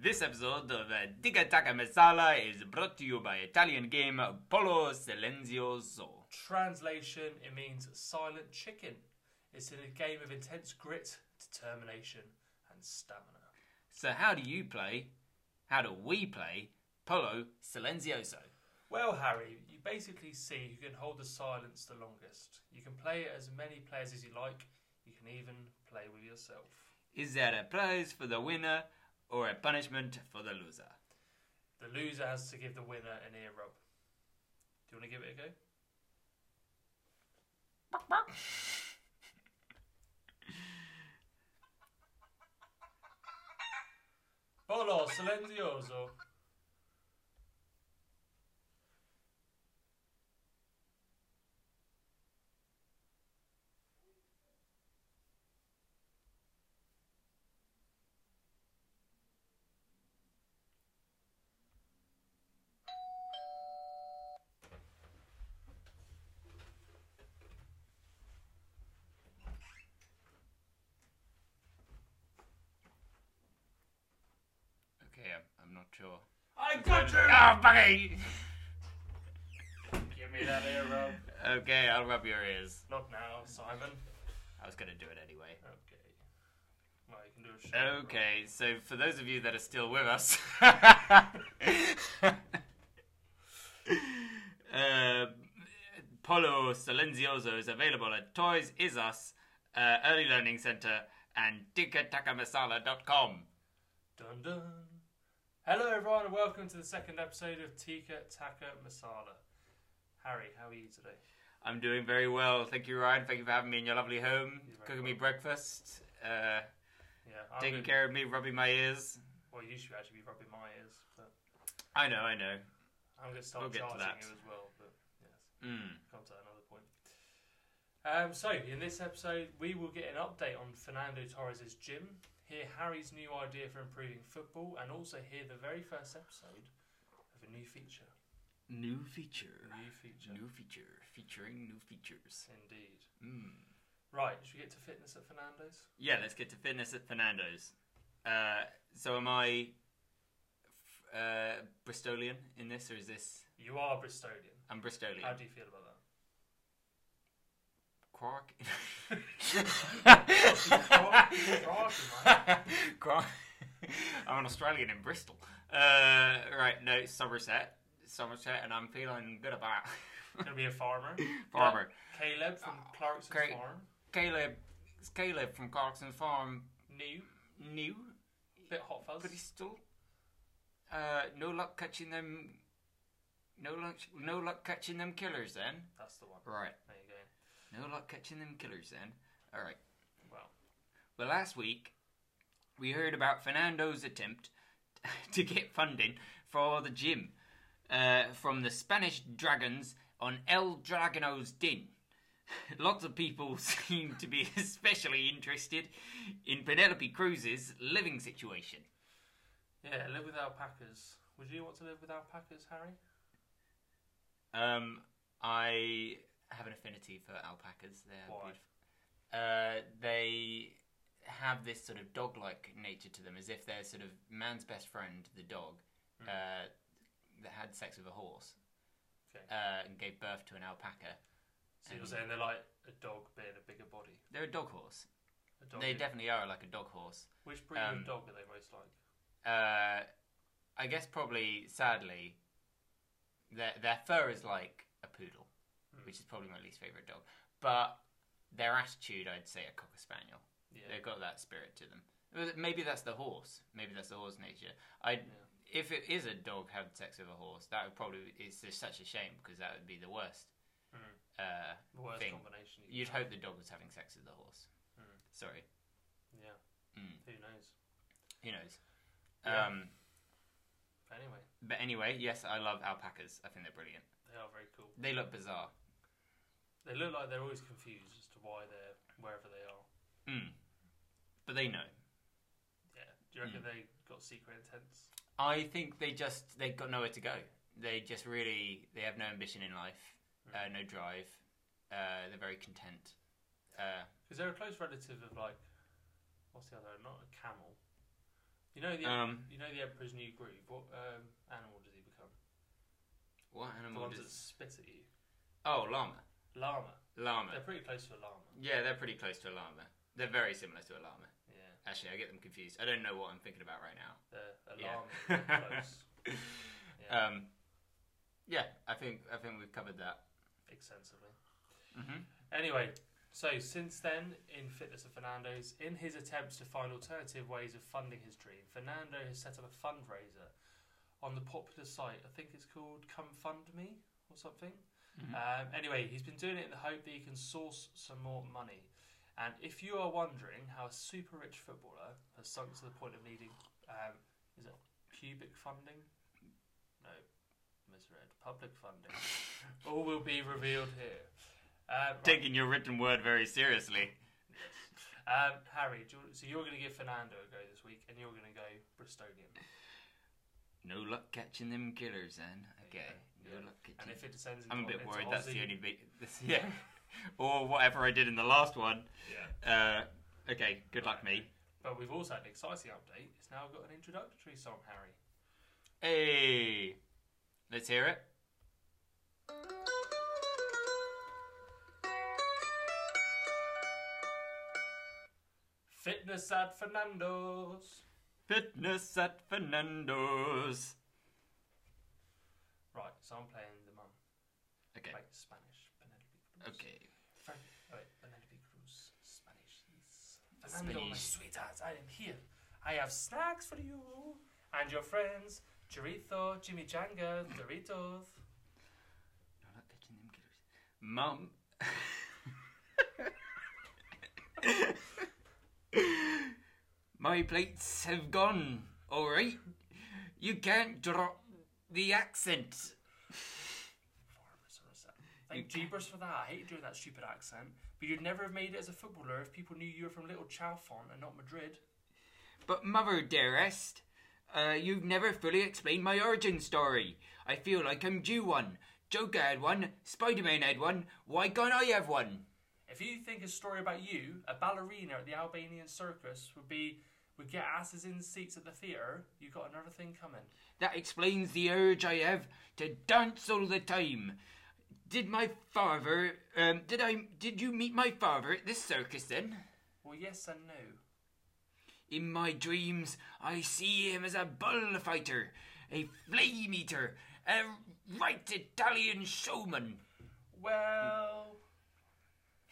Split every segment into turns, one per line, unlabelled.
This episode of uh, Digga Taka Masala is brought to you by Italian game Polo Silenzioso.
Translation, it means silent chicken. It's in a game of intense grit, determination, and stamina.
So, how do you play? How do we play Polo Silenzioso?
Well, Harry, you basically see who can hold the silence the longest. You can play as many players as you like, you can even play with yourself.
Is there a prize for the winner or a punishment for the loser?
The loser has to give the winner an ear rub. Do you want to give it a go? Bolo silenzioso.
Okay, I'm, I'm not sure.
I got you!
Oh, buggy!
Ah! Give me that ear rub.
okay, I'll rub your ears.
Not now, Simon.
I was gonna do it anyway.
Okay. Well, you can do a shoulder rub.
Okay, so for those of you that are still with us, uh, Polo Silenzioso is available at Toys Is Us, uh, Early Learning Centre, and tikatakamasala.com.
Dun dun. Hello, everyone, and welcome to the second episode of Tika Taka Masala. Harry, how are you today?
I'm doing very well. Thank you, Ryan. Thank you for having me in your lovely home,
You're very
cooking me breakfast, uh,
Yeah, I'm
taking
good.
care of me, rubbing my ears.
Well, you should actually be rubbing my ears, but
I know, I know.
I'm going to start
We'll get to
charging
that.
you as well. But yes,
Mm.
come to that another point. Um, so, in this episode, we will get an update on Fernando Torres's gym, hear Harry's new idea for improving football, and also hear the very first episode of a new feature.
New feature.
New feature,
New feature. Featuring new features.
indeed.
Mm.
Right, should we get to fitness at Fernando's?
Yeah, let's get to fitness at Fernando's. Uh, so, am I f- uh, Bristolian in this, or is this
You are Bristolian.
I'm Bristolian?
How do you feel about that?
Quark.
Quark-
Quark. I'm an Australian in Bristol. Uh, right, no, Somerset, Somerset, and I'm feeling good about
Gonna be a farmer.
farmer
Caleb from Clarkson's
great.
farm.
Caleb. It's Caleb from Clarkson Farm.
New,
New,
bit hot fuzz.
Bristol. Uh, no luck catching them. No luck. No luck catching them killers. Then
That's the one.
right.
There you go.
No luck catching them killers. Then all right.
Well,
Well, last week we heard about Fernando's attempt to get funding for the gym uh, from the Spanish Dragons on El Dragonos Din. Lots of people seem to be especially interested in Penelope Cruz's living situation.
yeah, live with alpacas. Would you want to live with alpacas, Harry?
Um, I have an affinity for alpacas. They're
Why?
beautiful. Uh, they have this sort of dog-like nature to them, as if they're sort of man's best friend, the dog,
Mm.
uh, that had sex with a horse
Okay.
uh, and gave birth to an alpaca.
So
Um,
you're saying they're like a dog but in a bigger body.
They're a dog horse.
A dog
they
in-
definitely are like a dog horse.
Which breed
um,
of dog are they most like?
Uh, I guess probably, sadly, their their fur is like a poodle,
Mm.
which is probably my least favorite dog. But their attitude, I'd say, a cocker spaniel.
Yeah.
They've got that spirit to them. Well, Maybe that's the horse. Maybe that's the horse nature. I, if it is a dog having sex with a horse, that would probably it's just such a shame because that would be the worst.
Mm.
Uh,
The worst
thing.
combination. You
you'd hope the dog was having sex with the horse.
Mm.
Sorry,
could- yeah.
Mm.
Who knows?
who knows?
Yeah.
Um,
But anyway,
but anyway, yes, I love alpacas. I think they're brilliant.
they are very cool.
They look bizarre.
They look like they're always confused as to why they're wherever they are.
Mm. But they know.
Yeah. Do you
Hmm.
reckon they got secret intents?
I think they just they've got nowhere to go. They just really they have no ambition in life, uh, no drive. Uh, they're very content. Uh,
Because they're a close relative of like, what's the other? Not a camel, You know the
Um,
you know the Emperor's New Groove. What um, animal does he become?
what
The
animal
ones
does?
that spit at you.
Oh, llama.
Llama.
Llama.
They're pretty close to a llama.
Yeah, they're pretty close to a llama. They're very similar to a llama.
Yeah,
Actually, I get them confused. I don't know what I'm thinking about right now.
they're a
Yeah.
llama. They're close. Yeah.
Um, yeah, I think I think we've covered that.
extensively.
Mm-hmm.
Anyway, so since then, in Fitness of Fernando's, in his attempts to find alternative ways of funding his dream, Fernando has set up a fundraiser on the popular site. I think it's called Come Fund Me or something. Um, anyway, he's been doing it in the hope that he can source some more money. And if you are wondering how a super rich footballer has sunk to the point of needing, um, is it pubic funding? No, misread. Public funding. All will be revealed here. Um, right.
Taking your written word very seriously.
Um, Harry, do you, so you're going to give Fernando a go this week, and you're going to go Bristolian.
No luck catching them killers, then. Okay.
Yeah.
No luck catching.
And if it descends,
I'm a
into-
bit
into
worried. That's
Aussie-
the only bit. This, yeah. or whatever I did in the last one.
Yeah.
Uh, okay. Good luck, me.
But we've also had an exciting update. It's now got an introductory song, Harry.
Hey. Let's hear it.
Fitness at Fernando's.
Fitness at Fernando's.
Right, so I'm playing the mum,
Okay.
like Spanish Penelope Cruz.
Okay.
Fran- oh, wait, Penelope Cruz, Spanish. Fernando, my
Spanish.
sweetheart, I am here. I have snacks for you and your friends. Chorizo, chimichanga, Doritos.
No luck catching them killers. Mum. My plates have gone, alright? You can't drop the accent.
Farmers or something. Thank Jeepers for that. I hate doing that stupid accent. But you'd never have made it as a footballer if people knew you were from Little Chalfont and not Madrid.
But, Mother dearest, uh, you've never fully explained my origin story. I feel like I'm due one. Joker had one, Spider Man had one, why can't I have one?
If you think a story about you, a ballerina at the Albanian circus would be would get asses in seats at the theatre, you got another thing coming.
That explains the urge I have to dance all the time. Did my father? Um, did I? Did you meet my father at this circus? Then,
Well yes and no.
in my dreams, I see him as a bullfighter, a flame eater, a right Italian showman.
Well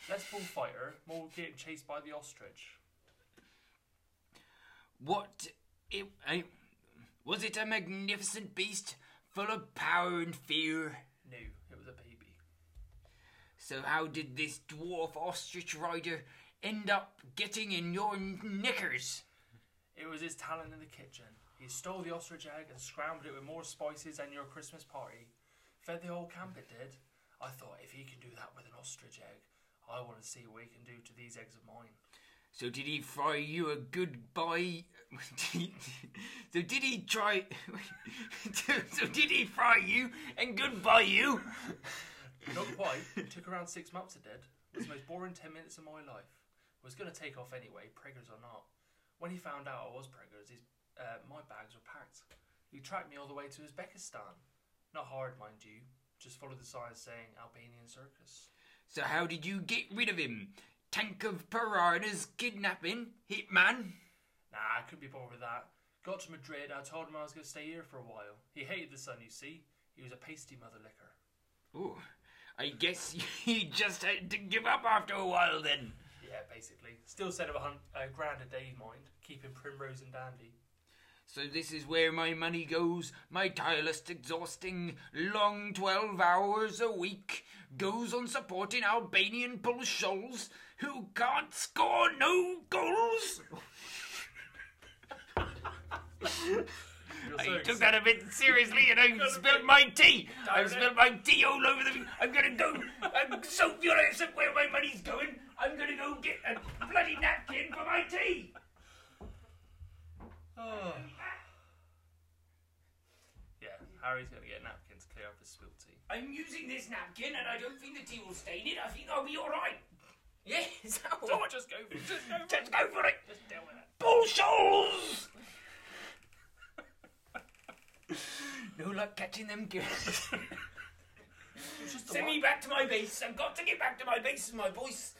less bullfighter, more getting chased by the ostrich.
What? It, I, was it a magnificent beast full of power and fear?
No, it was a baby.
So how did this dwarf ostrich rider end up getting in your knickers?
It was his talent in the kitchen. He stole the ostrich egg and scrambled it with more spices than your Christmas party. Fed the whole camp it did. I thought if he can do that with an ostrich egg, I want to see what he can do to these eggs of mine.
So did he fry you a goodbye? so did he try? so did he fry you and goodbye you?
Not quite. It took around six months it did. It was the most boring ten minutes of my life. Was going to take off anyway, preggers or not. When he found out I was preggers, his, uh, my bags were packed. He tracked me all the way to Uzbekistan. Not hard, mind you. Just followed the signs saying Albanian circus.
So how did you get rid of him? Tank of piranhas kidnapping hitman.
Nah, I couldn't be bothered with that. Got to Madrid, I told him I was going to stay here for a while. He hated the sun, you see. He was a pasty mother licker.
Ooh, I guess he just had to give up after a while then.
Yeah, basically. Still said of a, hun- a grand a day, mind. Keeping primrose and dandy.
So this is where my money goes. My tireless, exhausting, long twelve hours a week goes on supporting Albanian bull shoals who can't score no goals. I took that a bit seriously and I spilled my tea. I
Darn it.
spilled my tea all over the. I'm gonna go. I'm so furious at where my money's going. I'm gonna go get a bloody napkin for my tea.
Oh. Yeah, Harry's going to get a napkin to clear up his spilled tea.
I'm using this napkin and I don't think the tea will stain it. I think I'll be alright. Yes,
Oh, just go for it. Just go for it.
Just go for it.
Just deal with it.
Bull shoals! No luck catching them girls.
Just a
Send
lot.
me back to my base. I've got to get back to my base. My voice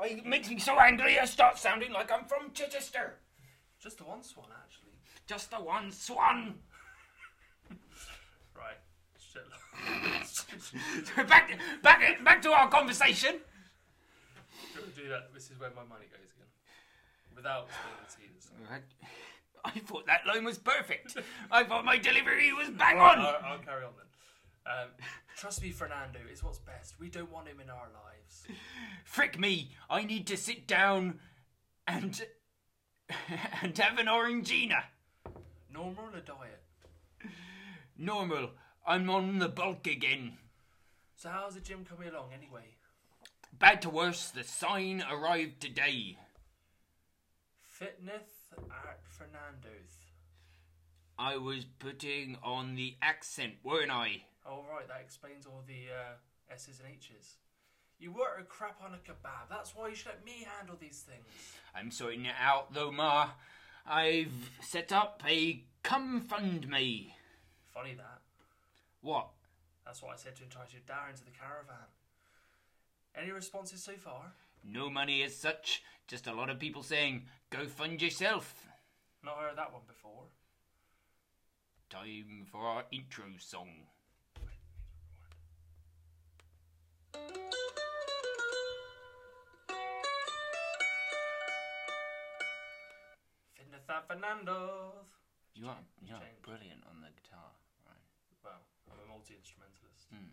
I, it makes me so angry I start sounding like I'm from Chichester.
Just the one swan, actually.
Just the one swan.
Right. Shit.
back, back, back to our conversation.
Don't do that. This is where my money goes again. Without spilling the tea this time.
I thought that line was perfect. I thought my delivery was bang on.
I'll, I'll carry on then. Um, trust me, Fernando is what's best. We don't want him in our lives.
Frick me. I need to sit down and and have an orangina.
Normal a diet.
Normal. I'm on the bulk again.
So how's the gym coming along anyway?
Bad to worse, the sign arrived today.
Fitness at Fernando's.
I was putting on the accent, weren't I?
All Oh, right, that explains all the uh, S's and H's. You were a crap on a kebab. That's why you should let me handle these things.
I'm sorting it out though, Ma. I've set up a come fund me.
Funny that.
What?
That's what I said to entice your dad into the caravan. Any responses so far?
No money as such, just a lot of people saying, go fund yourself.
Not heard that one before.
Time for our intro song.
Fitness at Fernando's.
You are, you are
Change.
brilliant on the guitar. Right.
Well, I'm a multi instrumentalist.
Hmm.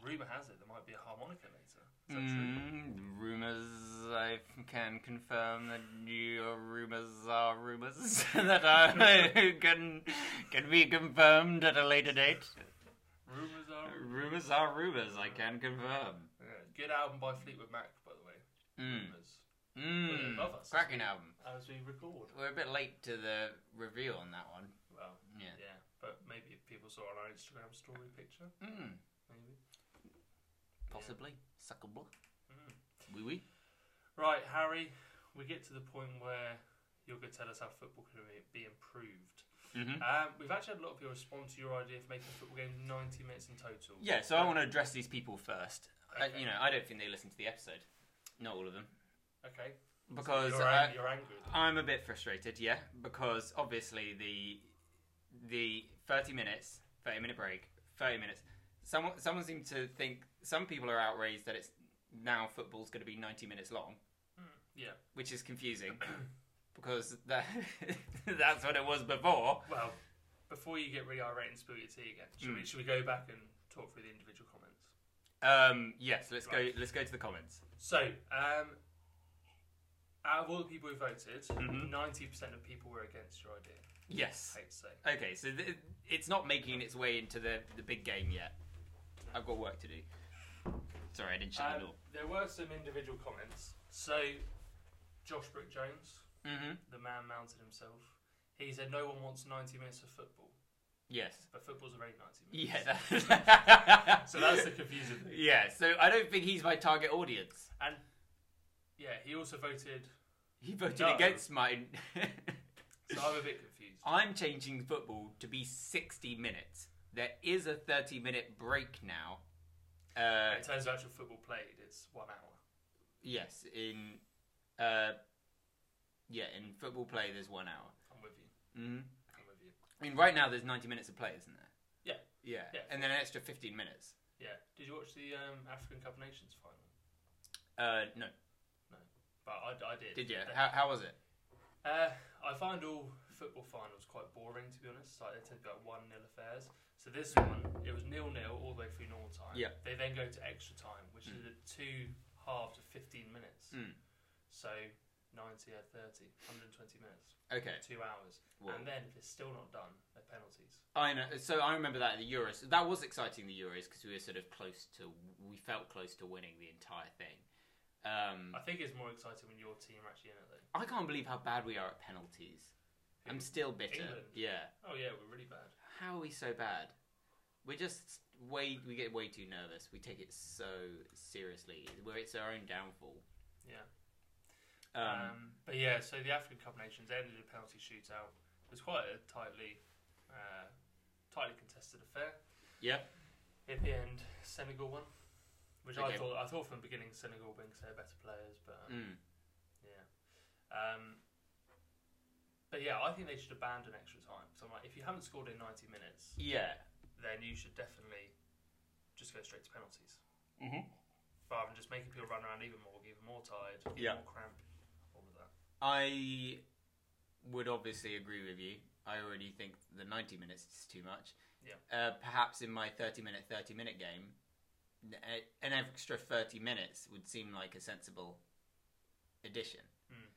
Rumour has it there might be a harmonica later. Is that true?
Mm, rumors, I f- can confirm that your rumors are rumors that are, can, can be confirmed at a later date.
Rumours are.
Rumors are rumors, I can confirm.
Yeah, good album by Fleetwood Mac, by the way.
Mm.
Rumours.
Mm.
Above us.
Cracking album.
As we record.
We're a bit late to the review on that one.
Well,
Yeah.
yeah, but maybe if people saw our Instagram story picture,
Mm.
maybe.
Possibly. Suckable.
Mm.
Wee wee.
Right, Harry, we get to the point where you're going to tell us how football can be improved.
Mm-hmm.
Um, we've actually had a lot of people respond to your idea of making football games 90 minutes in total.
Yeah, so I want to address these people first. I,
Okay.
you know, I don't think they listen to the episode. Not all of them.
Okay.
Because
you're,
I,
ang- you're angry. then.
I'm a bit frustrated, yeah, because obviously the the 30 minutes, 30 minute break, 30 minutes. Someone someone seemed to think some people are outraged that it's now football's going to be 90 minutes long,
Hmm, Yeah.
which is confusing because that that's what it was before.
Well, before you get really irate and spill your tea again, should, we,
Mm.
should we go back and talk through the individual comments?
Um, yes, let's
Right.
go. Let's go to the comments.
So, um, out of all the people who voted,
Mhm.
90% of people were against your idea,
Yes.
I'd say.
Okay, so th- it's not making its way into the the big game yet. I've got work to do. Sorry, I didn't shut the
Um,
door.
there were some individual comments. So, Josh Brook Jones,
Mm-hmm.
the man mounted himself, he said no one wants 90 minutes of football,
Yes.
but football's already 90 minutes.
Yeah. That-
So that's the confusing thing.
Yeah. So I don't think he's my target audience.
Yeah, he also voted,
He voted
No.
against mine.
so I'm a bit confused.
I'm changing football to be 60 minutes. There is a 30 minute break now. Uh,
In terms of actual football played, it's one hour.
yes, in uh, yeah, in football play there's one hour.
I'm with you.
hmm
I'm with you.
I mean, right now there's 90 minutes of play, isn't there?
Yeah.
Yeah.
Yeah.
And then an extra 15 minutes.
Yeah. Did you watch the um, African Cup of Nations final?
Uh, no.
But I, I did.
Did you?
They-
How, how was it?
Uh, I find all football finals quite boring, to be honest. Like they tend to be like one nil affairs. So this one, it was nil nil all the way through normal time.
Yeah.
They then go to extra time, which is the two halves of fifteen minutes.
Mm.
So ninety uh, at 30, 120 minutes,
Okay.
two hours,
Well,
and then if it's still not done, they're penalties.
I know. So I remember that at the Euros. That was exciting. The Euros because we were sort of close to. We felt close to winning the entire thing. Um,
I think it's more exciting when your team are actually in it though.
I can't believe how bad we are at penalties. I'm still bitter.
England?
Yeah.
Oh yeah, we're really bad.
How are we so bad? We're just way. We get way too nervous. We take it so seriously. Where it's our own downfall.
Yeah.
Um,
Um, but yeah, so the African Cup of Nations ended in a penalty shootout. It was quite a tightly uh, tightly contested affair.
Yep.
In the end, Senegal won, which
Okay.
I thought I thought from the beginning Senegal being so better players, but
Mm.
um, yeah. Um, but yeah, I think they should abandon extra time. So I'm like, if you haven't scored in 90 minutes,
Yeah.
then you should definitely just go straight to penalties
Mm-hmm.
rather than just making people run around even more, even more tired, even
Yeah.
more cramped, all of that.
I would obviously agree with you. I already think the 90 minutes is too much.
Yeah.
Uh, perhaps in my 30 minute, 30 minute game, n- a- an extra 30 minutes would seem like a sensible addition.
Mm.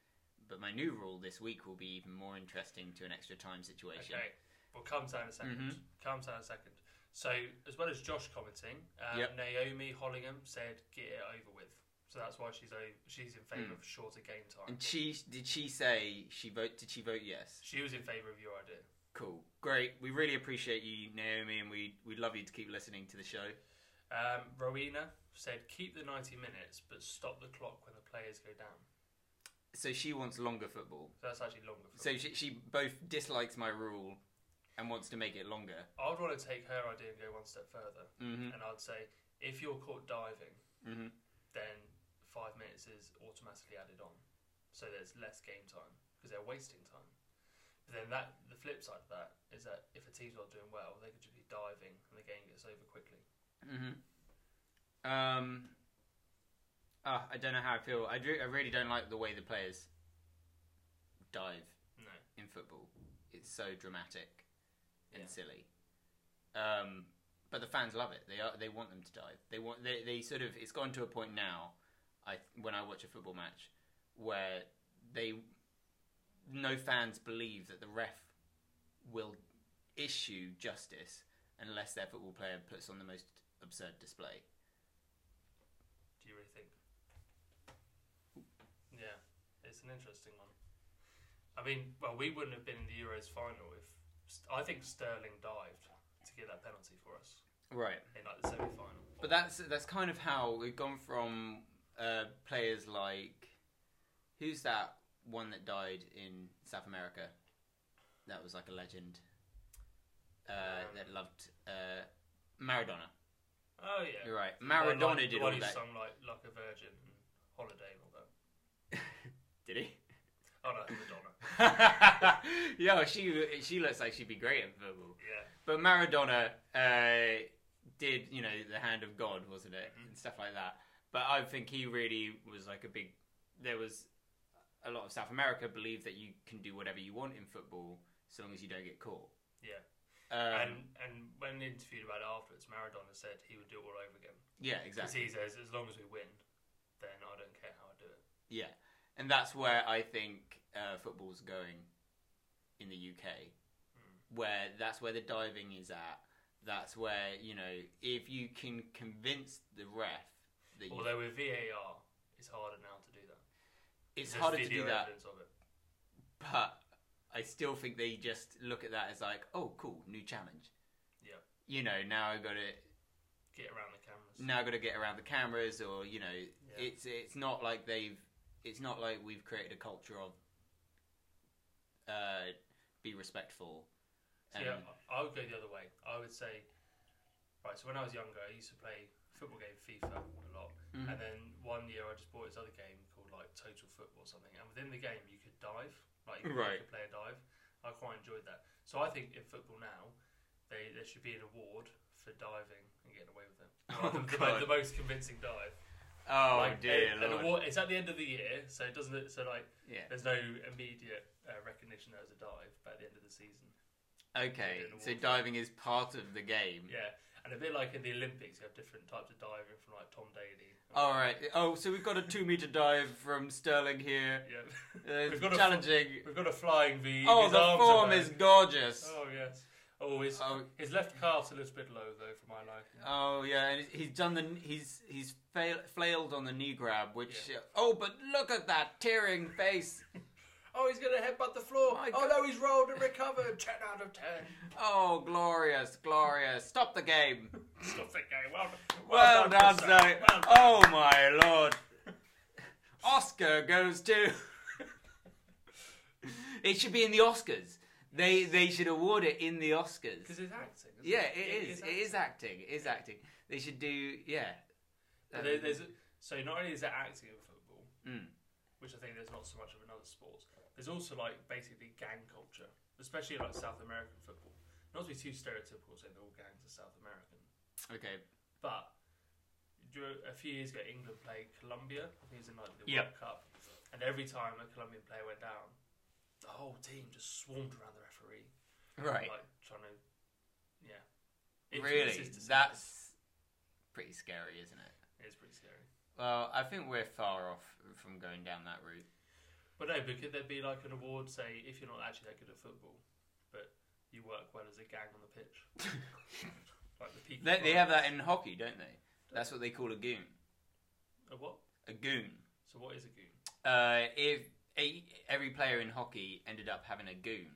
But my new rule this week will be even more interesting to an extra time situation.
Okay, well, calm down a 2nd
Mm-hmm.
Calm down a second. So, as well as Josh commenting, um,
Yep.
Naomi Hollingham said, "Get it over with." So that's why she's o- she's in favour of shorter game time.
Mm. And she did she say she vote? Did she vote yes?
She was in favour of your idea.
Cool, great. We really appreciate you, Naomi, and we we'd love you to keep listening to the show.
Um, Rowena said, "Keep the ninety minutes, but stop the clock when the players go down."
So she wants longer football.
So that's actually longer. For
So she, she both dislikes my rule and wants to make it longer.
I'd want to take her idea and go one step further,
Mm-hmm.
and I'd say if you're caught diving,
Mm-hmm.
then five minutes is automatically added on, so there's less game time because they're wasting time. But then that the flip side of that is that if a team's not doing well, they could just be diving and the game gets over quickly.
Mm-hmm. Um. ah, I don't know how I feel. I, do, I really don't like the way the players dive
No,
in football. It's so dramatic and
Yeah.
silly. Um, but the fans love it. They are, they want them to dive. They want they, they sort of it's gone to a point now. I when I watch a football match where they no fans believe that the ref will issue justice unless their football player puts on the most absurd display.
do you really think? Yeah, it's an interesting one. I mean, well, we wouldn't have been in the Euros final if I think Sterling dived to get that penalty for us
Right.
in like the semi-final.
But that's that's kind of how we've gone from uh, players like who's that one that died in South America? That was like a legend uh,
Um,
that loved uh, Maradona.
oh yeah,
You're right.
Well,
Maradona
like,
did
the
all
one who
that.
sung like like a virgin and holiday and all that.
Did he?
Oh no, Madonna.
Yo, she she looks like she'd be great at football.
Yeah,
But Maradona uh, did, you know, the hand of God, wasn't it,
Mhm.
and stuff like that. But I think he really was like a big. There was a lot of South America believe that you can do whatever you want in football so long as you don't get caught.
Yeah. and
Um,
and when interviewed about it afterwards, Maradona said he would do it all over again
yeah,
because
exactly.
he says as long as we win, then I don't care how I do it.
Yeah, and that's where I think uh, football's going in the UK,
Mm.
where that's where the diving is at. That's where you know if you can convince the ref that you,
Although with VAR, it's harder now to do that.
it's
There's
harder to
video
do that
evidence of it.
but I still think they just look at that as like, oh, cool, new challenge.
Yeah.
You know, now I got to
Get around the cameras.
now I got to get around the cameras, or you know,
Yeah.
it's it's not like they've it's not like we've created a culture of uh, be respectful.
So, yeah, I I would go the other way. I would say, right. So when I was younger, I used to play football game FIFA a lot,
Mhm.
and then one year I just bought this other game called like Total Football or something, and within the game you could dive, like you could,
Right.
you could play a dive. I quite enjoyed that. So I think in football now, they there should be an award for diving and getting away with it.
Oh,
Like, the,
God.
The, most convincing dive.
oh
like,
dear
a- an
lord!
award, it's at the end of the year, so it doesn't. So like,
yeah.
there's no immediate uh, recognition as a dive, but at the end of the season.
Okay,
an award
so
for-
diving is part of the game.
Yeah, and a bit like in the Olympics, you have different types of diving from like Tom Daly.
All right. Oh, so we've got a two-meter dive from Sterling here.
Yeah.
Uh,
We've got a-
challenging.
We've got a flying V.
Oh,
His
the
arms are
form
low.
is gorgeous.
Oh yes. Oh, his
Oh,
his left calf's a little bit low though for my liking.
Oh yeah, and he's done the he's he's fail, flailed on the knee grab, which oh, but look at that tearing face.
Oh, he's gonna headbutt the floor.
My
oh no, he's rolled and recovered. ten out of ten.
Oh, glorious, glorious! Stop the game.
Stop the game. Well,
Well, done,
Gustav.
Zoe.
Well done.
Oh my lord, Oscar goes to. it should be in the Oscars. They they should award it in the Oscars.
Because it's acting. Isn't
Yeah,
it?
it is. It is acting. It is acting. They should do. Yeah.
But there- there's
Um,
a- so not only is there acting in football,
Mm.
which I think there's not so much of in other sports. There's also like basically gang culture, especially like South American football. Not to be too stereotypical, saying they're all gangs are South American,
Um, Okay.
but dur- a few years ago, England played Colombia. I think it was in like the
Yep.
World Cup, and every time a Colombian player went down, the whole team just swarmed around the referee,
Right.
like trying to, yeah, influence
really,
his decisions.
that's pretty scary, isn't it?
it's pretty scary.
Well, I think we're far off from going down that route.
But no, but could there be like an award, say, if you're not actually that good at football, but you work well as a gang on the pitch? like the people.
They, they have that in hockey, don't they? That's what they call a goon.
A what?
A goon.
So what is a goon?
Uh, if a, every player in hockey ended up having a goon,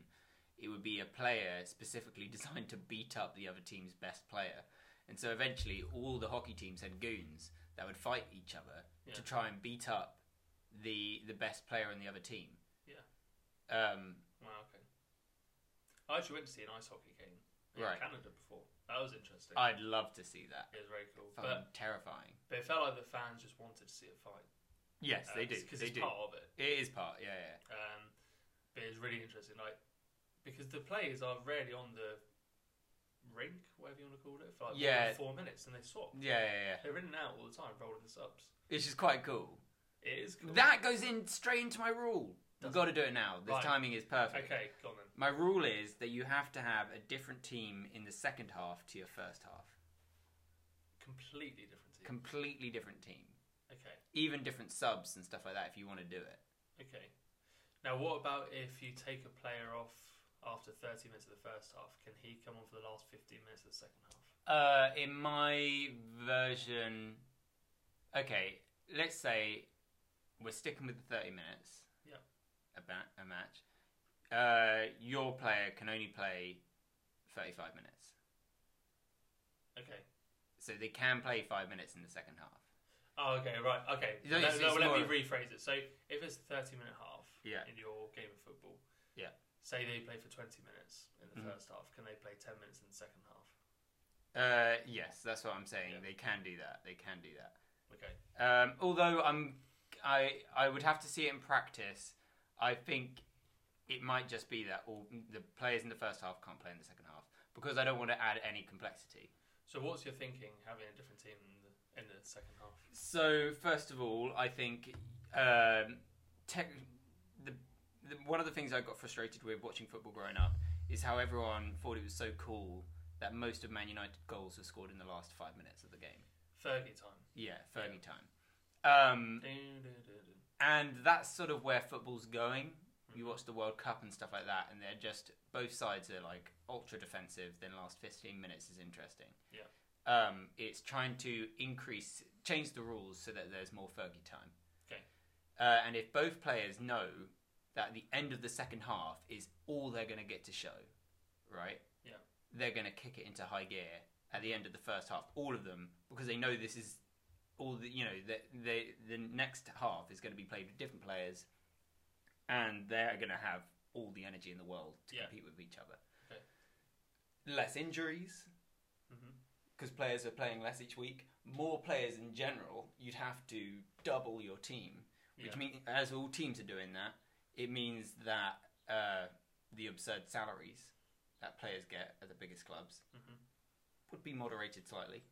it would be a player specifically designed to beat up the other team's best player. And so eventually, all the hockey teams had goons that would fight each other
Yeah.
to try and beat up the the best player in the other team.
Yeah.
Um,
Wow, okay. I actually went to see an ice hockey game in
Right.
Canada before. That was interesting.
I'd love to see that.
it was very cool.
Fucking
But,
terrifying.
but it felt like the fans just wanted to see a fight.
Yes, they do.
Because
They
Uh,
do.
it's part of it.
It is part. Yeah, yeah.
Um, but it's really interesting, like because the players are rarely on the rink, whatever you want to call it, for like
Yeah.
four minutes, and they swap.
Yeah, yeah, yeah.
They're in and out all the time, rolling the subs.
It's just quite cool.
It is cool.
That goes in straight into my rule. We've
Does
got to do it now. This
Right.
timing is perfect.
okay, go on then.
My rule is that you have to have a different team in the second half to your first half.
Completely different team.
Completely different team.
okay,
Even different subs and stuff like that if you want to do it.
okay. Now, what about if you take a player off after 30 minutes of the first half? Can he come on for the last 15 minutes of the second half?
Uh, in my version, okay, let's say we're sticking with the 30 minutes.
Yep.
A, ba- a match. Uh, your player can only play 35 minutes.
Okay.
So they can play five minutes in the second half.
Oh, okay, right. Okay.
No,
No,
it's-
no,
it's
let me
more-
rephrase it. So, if it's a 30 minute half
Yeah.
in your game of football,
Yeah.
say they play for 20 minutes in the
Mhm.
first half, can they play 10 minutes in the second half?
Uh, yes, that's what I'm saying.
Yeah.
They can do that. They can do that.
Okay.
Um, although I'm, I I would have to see it in practice. I think it might just be that all the players in the first half can't play in the second half because I don't want to add any complexity.
So, what's your thinking having a different team in the, in the second half?
So first of all, I think um, tech, the, the one of the things I got frustrated with watching football growing up is how everyone thought it was so cool that most of Man United goals were scored in the last five minutes of the game.
Fergie time.
Yeah, Fergie time. Um,
Dun, dun, dun, dun.
and that's sort of where football's going. You watch the World Cup and stuff like that, and they're just both sides are like ultra defensive. Then last fifteen minutes is interesting.
Yeah.
um, it's trying to increase, change the rules so that there's more Fergie time.
Okay.
uh, and if both players know that the end of the second half is all they're going to get to show, right?
Yeah.
they're going to kick it into high gear at the end of the first half. All of them, because they know this is all the you know the the, the next half is going to be played with different players, and they're going to have all the energy in the world to
Yeah.
compete with each other.
Okay.
Less injuries
Mhm.
because players are playing less each week. More players in general, you'd have to double your team, which
Yeah.
means as all teams are doing that, it means that uh, the absurd salaries that players get at the biggest clubs
Mhm.
would be moderated slightly.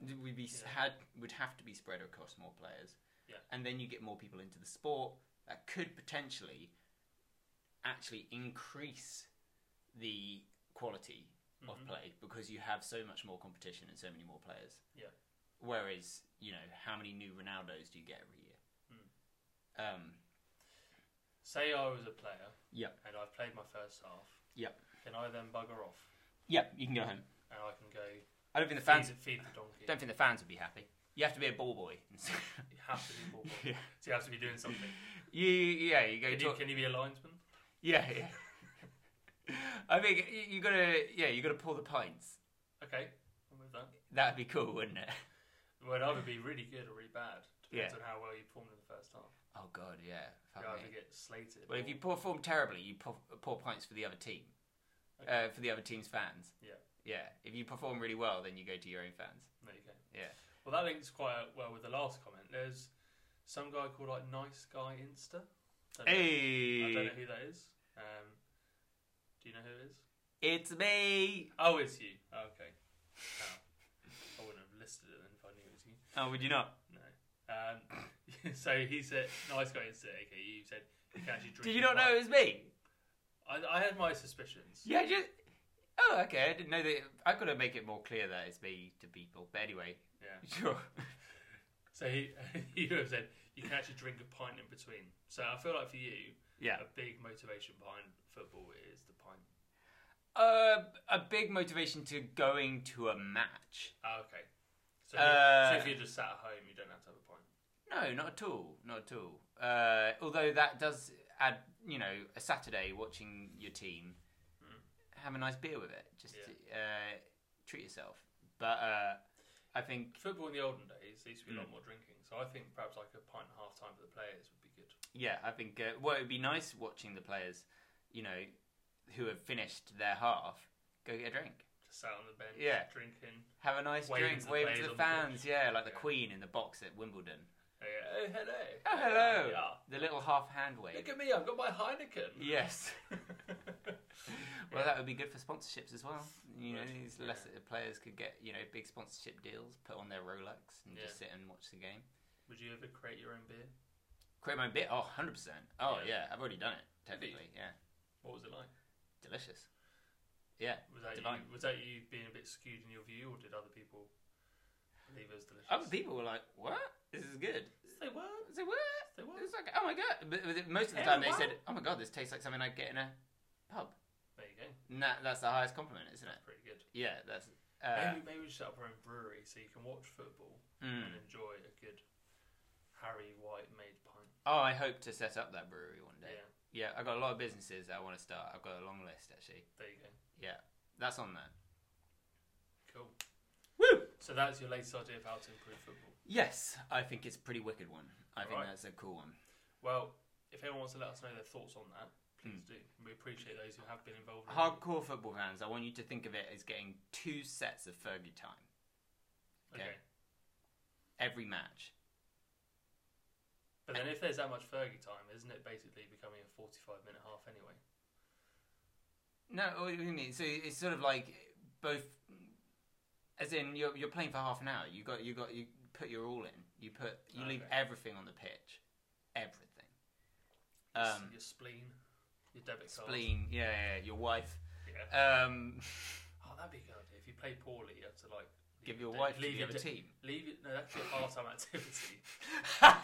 Would be
Yeah.
had would have to be spread across more players,
Yeah.
and then you get more people into the sport that could potentially actually increase the quality of
Mhm.
play because you have so much more competition and so many more players.
Yeah.
Whereas you know how many new Ronaldos do you get every year? Um,
Say I was a player.
Yep.
And I've played my first half.
Yep.
Can I then bugger off
yeah, you can go home.
and I can go
I don't think the fans.
feed, feed the donkey?
Don't think the fans would be happy. You have to be a ball boy.
You have to be ball boy.
yeah.
So you have to be doing something.
You, yeah, you go
Can you,
talk.
can you be a linesman?
Yeah, yeah. I think you, you gotta, yeah, you gotta pull the pints.
Okay. I'm with that.
That'd be cool, wouldn't it?
Well, I'd either be really good or really bad. Depends
Yeah.
on how well you performed in the first half.
Oh god, yeah. fuck
Rather
me.
get slated.
Well, if
or-
you perform terribly, you pour, pour points for the other team, uh, for the other team's fans.
Yeah.
Yeah. If you perform really well, then you go to your own fans.
There you go.
Yeah.
Well, that links quite uh, well with the last comment. There's some guy called like Nice Guy Insta. Don't know- I don't
Hey,
know who that is. Um, do you know who it is?
it's me.
Oh, it's you. Oh, okay. Oh. I wouldn't have listed it then if I knew it was you.
Oh, would you not?
No. Um, so he said, nice guy, Insta. Okay, you said you can actually drink.
Did you not
and
know
drive.
it was me?
I, I had my suspicions.
Yeah, just. Oh, okay. I didn't know that. I've got to make it more clear that it's me to people. But anyway,
Yeah.
sure.
So he, you have said you can actually drink a pint in between. So I feel like for you,
Yeah.
a big motivation behind football is the pint.
Uh, a big motivation to going to a match.
Oh, okay. So,
Uh,
so if you're just sat at home, you don't have to have a pint.
No, not at all. Not at all. Uh, although that does add, you know, a Saturday watching your team,
Mm.
have a nice beer with it. Just uh, treat yourself. But uh, I think,
Football in the olden days there used to be a lot
Mm.
more drinking, so I think perhaps like a pint and a half time for the players would be good.
yeah, I think uh, well, it would be nice watching the players, you know, who have finished their half, go get a drink.
Just sat on the bench,
Yeah.
drinking.
Have a nice
Waving
drink,
to the
wave
players
to the
on the
fans, yeah, like the
Yeah.
Queen in the box at Wimbledon.
Oh, yeah. Oh, hello.
Oh, hello!
Yeah.
The little half hand wave.
Look at me, I've got my Heineken.
Yes. Well,
Yeah.
that would be good for sponsorships as well. You know,
Right,
these
yeah.
lesser players could get you know big sponsorship deals, put on their Rolex, and just sit and watch the game.
Would you ever create your own beer?
Create my own beer. Oh, 100 percent. Oh
Yeah.
yeah. I've already done it.
Have you?
Technically, yeah,
What was it like?
delicious. Yeah,
Was that you,
Divine.
was that you being a bit skewed in your view, or did other people believe it was delicious?
other people were like, "What? This is good."
They were.
I said, "What?"
They were.
It's like, "Oh my god!" But but most of the
Hey,
time they
what?
said, "Oh my god, this tastes like something I'd get in a pub."
There you go.
And that, that's the highest compliment, isn't it?
That's pretty good.
Yeah, that's. Uh,
maybe, maybe we should set up our own brewery so you can watch football
mm.
and enjoy a good Harry White made pint.
Oh, I hope to set up that brewery one day.
Yeah,
Yeah, I've got a lot of businesses that I want to start. I've got a long list actually.
there you go.
That's on there.
Cool.
Woo!
So that's your latest idea of how to improve football.
Yes, I think it's a pretty wicked one. I think
Alright.
that's a cool one.
Well, if anyone wants to let us know their thoughts on that, please
Hmm.
do. We appreciate those who have been involved. already.
Hardcore football fans, I want you to think of it as getting two sets of Fergie time
Okay.
every match.
But then if there's that much Fergie time, isn't it basically becoming a 45 minute half anyway?
No, what do you mean? So it's sort of like both, as in you're you're playing for half an hour. You got you got you put your all in. You put you leave
Okay.
everything on the pitch, everything.
Your s-
Um,
your spleen, your debit card.
spleen, yeah, yeah, yeah, your wife.
Yeah.
Um,
Oh, that'd be good. If you play poorly, you have to like. leave
give your
de-
wife to the
leave your
other
de-
team.
Leave it. No, that's your part-time activity.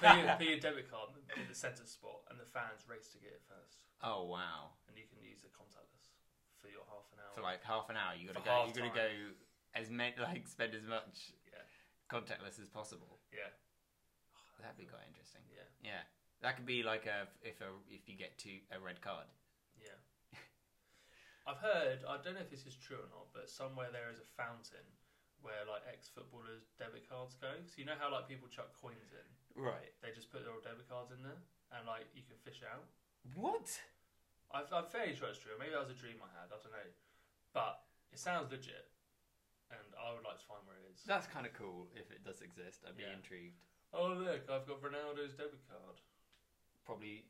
pay, your, pay your debit card in the centre spot, and the fans race to get it first,
Oh wow!
and you can use the contactless for your half an hour.
For like half an hour, you gotta
For
go. You
half
gotta
time.
go as many, like spend as much
Yeah.
contactless as possible.
Yeah.
oh, That'd be quite interesting.
Yeah,
Yeah, that could be like a if a if you get two a red card.
yeah. I've heard. I don't know if this is true or not, but somewhere there is a fountain where like ex-footballers' debit cards go. So you know how like people chuck coins in.
Right.
They just put their old debit cards in there, and like you can fish it out.
What?
I've, I'm fairly sure it's true. Maybe that was a dream I had. I don't know, but it sounds legit, and I would like to find where it is.
That's kind of cool. If it does exist, I'd be
Yeah.
intrigued.
Oh look, I've got Ronaldo's debit card.
Probably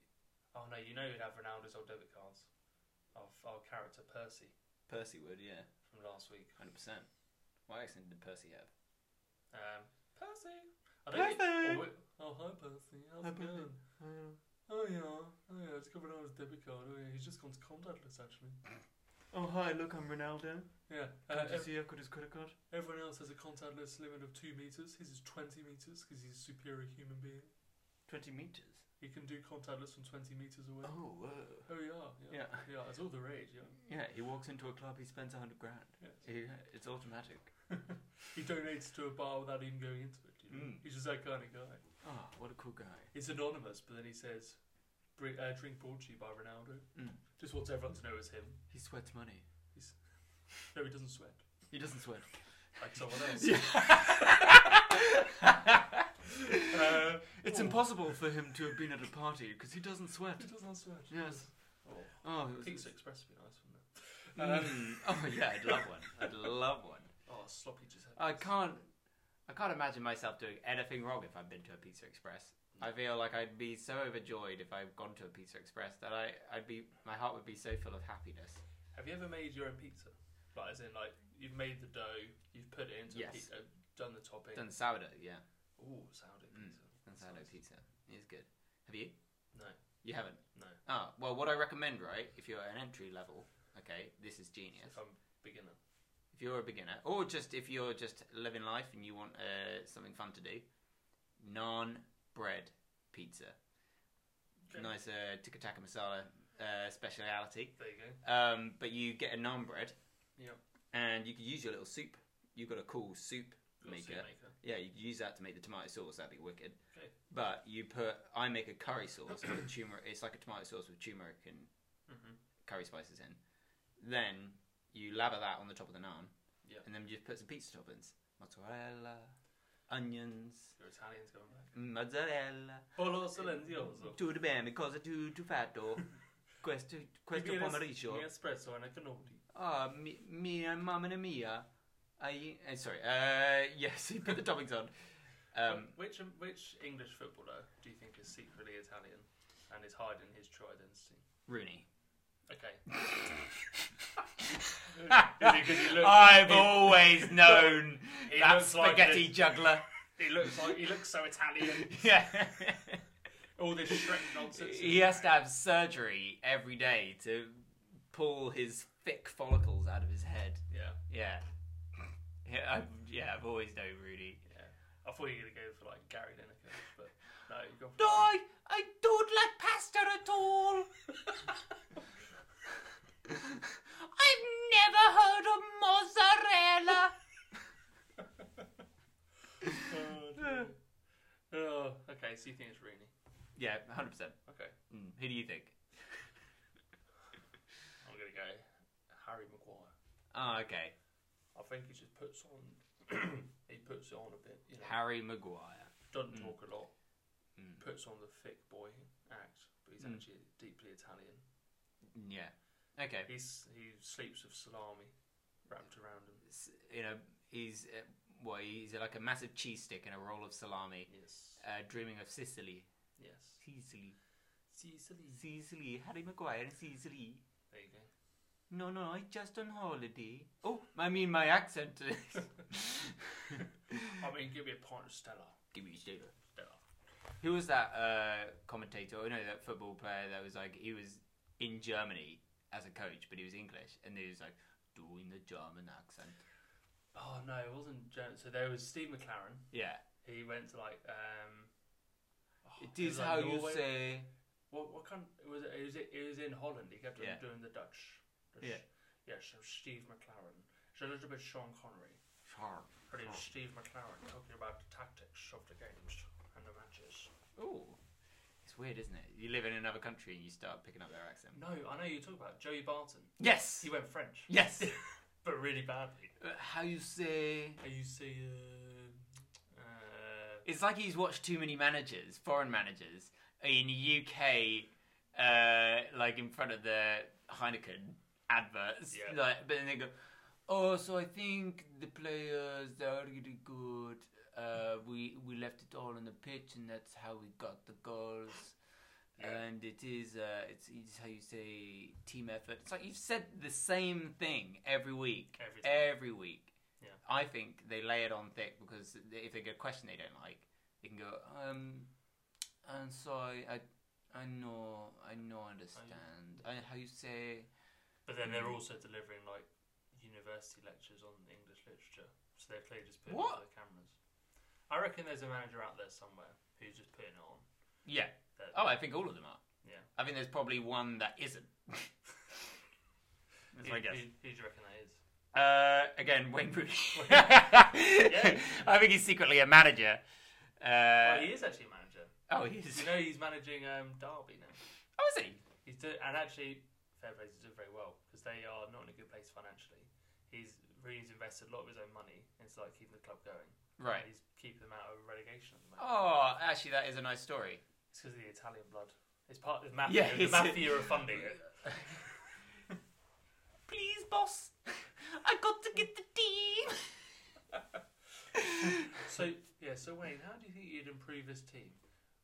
Oh no, you know you'd have Ronaldo's old debit cards of our character Percy
Percy would. Yeah,
from last week.
hundred percent. What accent did Percy have?
Um, Percy. I don't
Percy!
Think, oh, wait- oh hi Percy, how's
Hi,
it
Percy.
going? Oh yeah, oh yeah, it's got Ronaldo's debit card. Oh yeah, he's just gone to contactless actually.
Oh hi! Look, I'm Ronaldo.
Yeah, uh, ev-
see I've got his credit card?
everyone else has a contactless limit of two meters. His is twenty meters because he's a superior human being.
Twenty meters.
He can do contactless from twenty meters away.
Oh whoa.
Oh yeah, yeah,
Yeah.
yeah. It's all the rage. Yeah,
Yeah, he walks into a club, he spends a hundred grand.
yes.
it's automatic.
He donates to a bar without even going into it. You know?
Mm.
He's just that kind of guy.
Ah,
Oh, what a cool guy.
It's anonymous, but then he says, "Bri- uh, "Drink Porci by Ronaldo."
Mm.
Just wants everyone to know it's him.
He sweats money.
No, he doesn't sweat.
He doesn't sweat.
like someone else. Uh,
It's
oh,
impossible for him to have been at a party because he doesn't sweat.
It doesn't sweat.
Yes.
Oh,
Oh, it was-
Pizza Express would be nice, wouldn't it?
Mm.
oh yeah, I'd love one. I'd love one.
Oh, sloppy just had
I
this.
can't. I can't imagine myself doing anything wrong if I've been to a Pizza Express. I feel like I'd be so overjoyed if I've gone to a Pizza Express that I, I'd be, my heart would be so full of happiness.
Have you ever made your own pizza? Like, as in, like you've made the dough, you've put it into
Yes.
a pizza, done the topping.
Done sourdough, yeah.
Ooh, sourdough
Mm. Done
pizza. That's
sourdough
nice.
pizza. It's good. Have you?
No,
You haven't?
no.
Ah, well, what I recommend, right, if you're an entry level, okay, this is genius.
If I'm beginner,
If you're a beginner, or just if you're just living life and you want uh, something fun to do, naan bread pizza.
Okay.
Nice uh, tikka taka masala uh, speciality.
there you go.
Um, but you get a naan bread.
Yep.
And you can use your little soup. You've got a cool soup
Little soup
maker.
maker.
Yeah, you could use that to make the tomato sauce. That'd be wicked.
Okay.
But you put, I make a curry sauce with turmeric. It's like a tomato sauce with turmeric and Mm-hmm.
Mhm.
curry spices in. Then you lather that on the top of the naan,
Yeah.
and then you just put some pizza toppings, mozzarella, onions,
Your Italian's going back.
mozzarella.
Polo silenzioso.
Tutto bene because tu tu fatto questo Mm-hmm. questo
Mi viene s-
pomeriggio.
Mi espresso and a cannoli.
Ah, mi, mia mamma and mia. I uh, sorry. Uh, yes, you put the toppings on. Um,
which which English footballer do you think is secretly Italian and is hiding his true identity?
Rooney.
Okay. Is he- 'cause he looks-
I've
he-
always known
He
that
looks like
spaghetti
this.
juggler.
He looks like he looks so Italian.
Yeah.
All this Shrek nonsense.
he has to have surgery every day to pull his thick follicles out of his head.
Yeah,
Yeah. Yeah, I've, yeah, I've always known Rooney.
yeah. I thought you were gonna go for like Gary Lineker, but no, you got.
No, I, I don't like pasta at all. I've never heard of mozzarella.
Oh, dear. oh, okay. So you think it's Rooney?
Yeah, 100%.
Okay,
Mm, who do you think?
I'm gonna go Harry Maguire.
Oh, okay.
I think he just puts on. he puts it on a bit. You know,
Harry Maguire.
doesn't
Mm.
talk a lot.
Mm.
Puts on the thick boy act, but he's
Mm.
actually deeply Italian.
Yeah. Okay.
He's he sleeps with salami wrapped around him.
s- you know, he's uh, well, he's like a massive cheese stick and a roll of salami,
Yes.
uh, dreaming of Sicily.
Yes.
Sicily,
Sicily.
Sicily, Harry Maguire in Sicily.
There you go.
No, no, i just on holiday. Oh, I mean, my accent. is-
I mean, give me a pint of Stella.
Give me a sticker.
Stella.
Who was that uh, commentator? Oh, no, that football player that was like, he was in Germany as a coach, but he was English, and he was like, doing the German accent.
Oh no, it wasn't. Jan- So there was Steve McLaren.
Yeah.
He went to like. um oh,
It is
was, like,
how you
Norway.
say.
What what kind? It was it was, it was in Holland. He kept on
Yeah.
doing the Dutch. Dutch.
Yeah.
Yeah. So Steve McLaren. So a little bit Sean Connery.
Sharp.
But it was Steve McLaren talking about the tactics of the games and the matches.
Oh, it's weird, isn't it? You live in another country and you start picking up their accent.
No, I know you talk about Joey Barton.
Yes,
He went French,
yes.
but really badly.
Uh, How you say?
And you see, uh, uh,
It's like he's watched too many managers, foreign managers, in the UK, uh, like in front of the Heineken adverts.
Yeah.
Like, but then they go, "Oh, so I think the players they are really good. Uh, we we left it all on the pitch, and that's how we got the goals."
yeah.
and it is uh, it's, it's how you say team effort. It's like you've said the same thing every week,
Every time.
every week.
Yeah.
I think they lay it on thick because they- if they get a question they don't like, they can go, um, and so I, I, I know, I know, understand. I, how you say?
but then they're also delivering like university lectures on English literature, so they're clearly just putting
What?
it on the cameras. I reckon there's a manager out there somewhere who's just putting it on.
Yeah.
That-
Oh, I think all of them are.
Yeah.
I think there's probably one that isn't. That's
who,
my guess.
Who, who do you reckon that is?
Uh, again, Wayne Rooney. I think he's secretly a manager.
well,
Uh,
he is actually a manager.
oh, he is.
You know, he's managing um, Derby now.
Oh, is he?
He's do- and actually, fair play, he's doing very well because they are not in a good place financially. He's Rooney's invested a lot of his own money into like keeping the club going.
Right.
He's keeping them out of relegation at the moment.
Oh, actually, that is a nice story.
It's because of the Italian blood. It's part of the
Yeah,
mafia.
it's-
the mafia of funding it.
Please, boss, I got to get the team.
So yeah, so Wayne, how do you think you'd improve this team?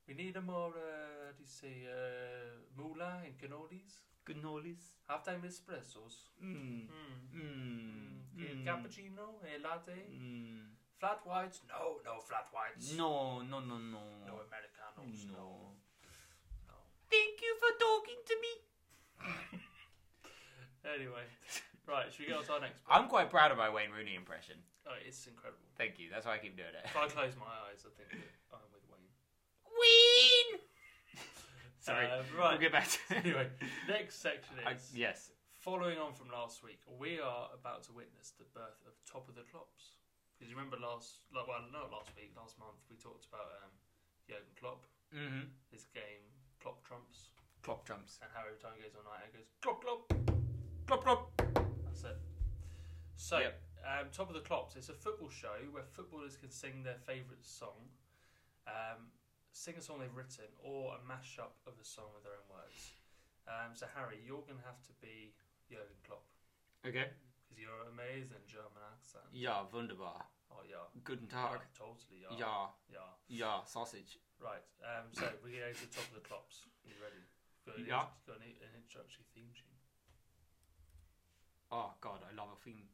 We need a more, uh, how do you say, uh, moolah and cannolis.
Cannolis.
Half-time espressos.
Mmm.
Mm.
Mmm.
Mm. Cappuccino, a latte.
Mmm.
Flat whites? No, no flat whites.
No, no, no, no.
No Americanos. No. no.
Thank you for talking to me.
Anyway, right, should we go on to our next?
I'm quite proud of my Wayne Rooney impression.
Oh, it's incredible.
Thank you. That's why I keep doing it.
If I close my eyes, I think that I'm with Wayne.
Ween. Sorry.
Uh,
We'll
right.
get back to
Anyway, next section
I,
is
yes.
following on from last week. We are about to witness the birth of top of the clops. Because you remember last, like, well, not last week, last month we talked about um, Jurgen Klopp,
Mm-hmm.
his game Klopp trumps,
Clock trumps.
and how every time he goes on night, it goes Klopp Klopp.
Clop clop.
That's it. So,
Yep.
um, Top of the Clops, it's a football show where footballers can sing their favourite song, um, sing a song they've written, or a mashup of a song with their own words. Um, so, Harry, you're going to have to be Jurgen Klopp
Okay.
because you're amazing German accent.
Ja, wunderbar.
Oh, yeah.
Guten Tag.
Yeah, totally, yeah.
Ja,
Yeah.
ja, sausage.
Right, um, so we're going to go to Top of the Clops. Are you ready? Got an,
Yeah.
got an, an introductory theme tune.
Oh God, I love a theme.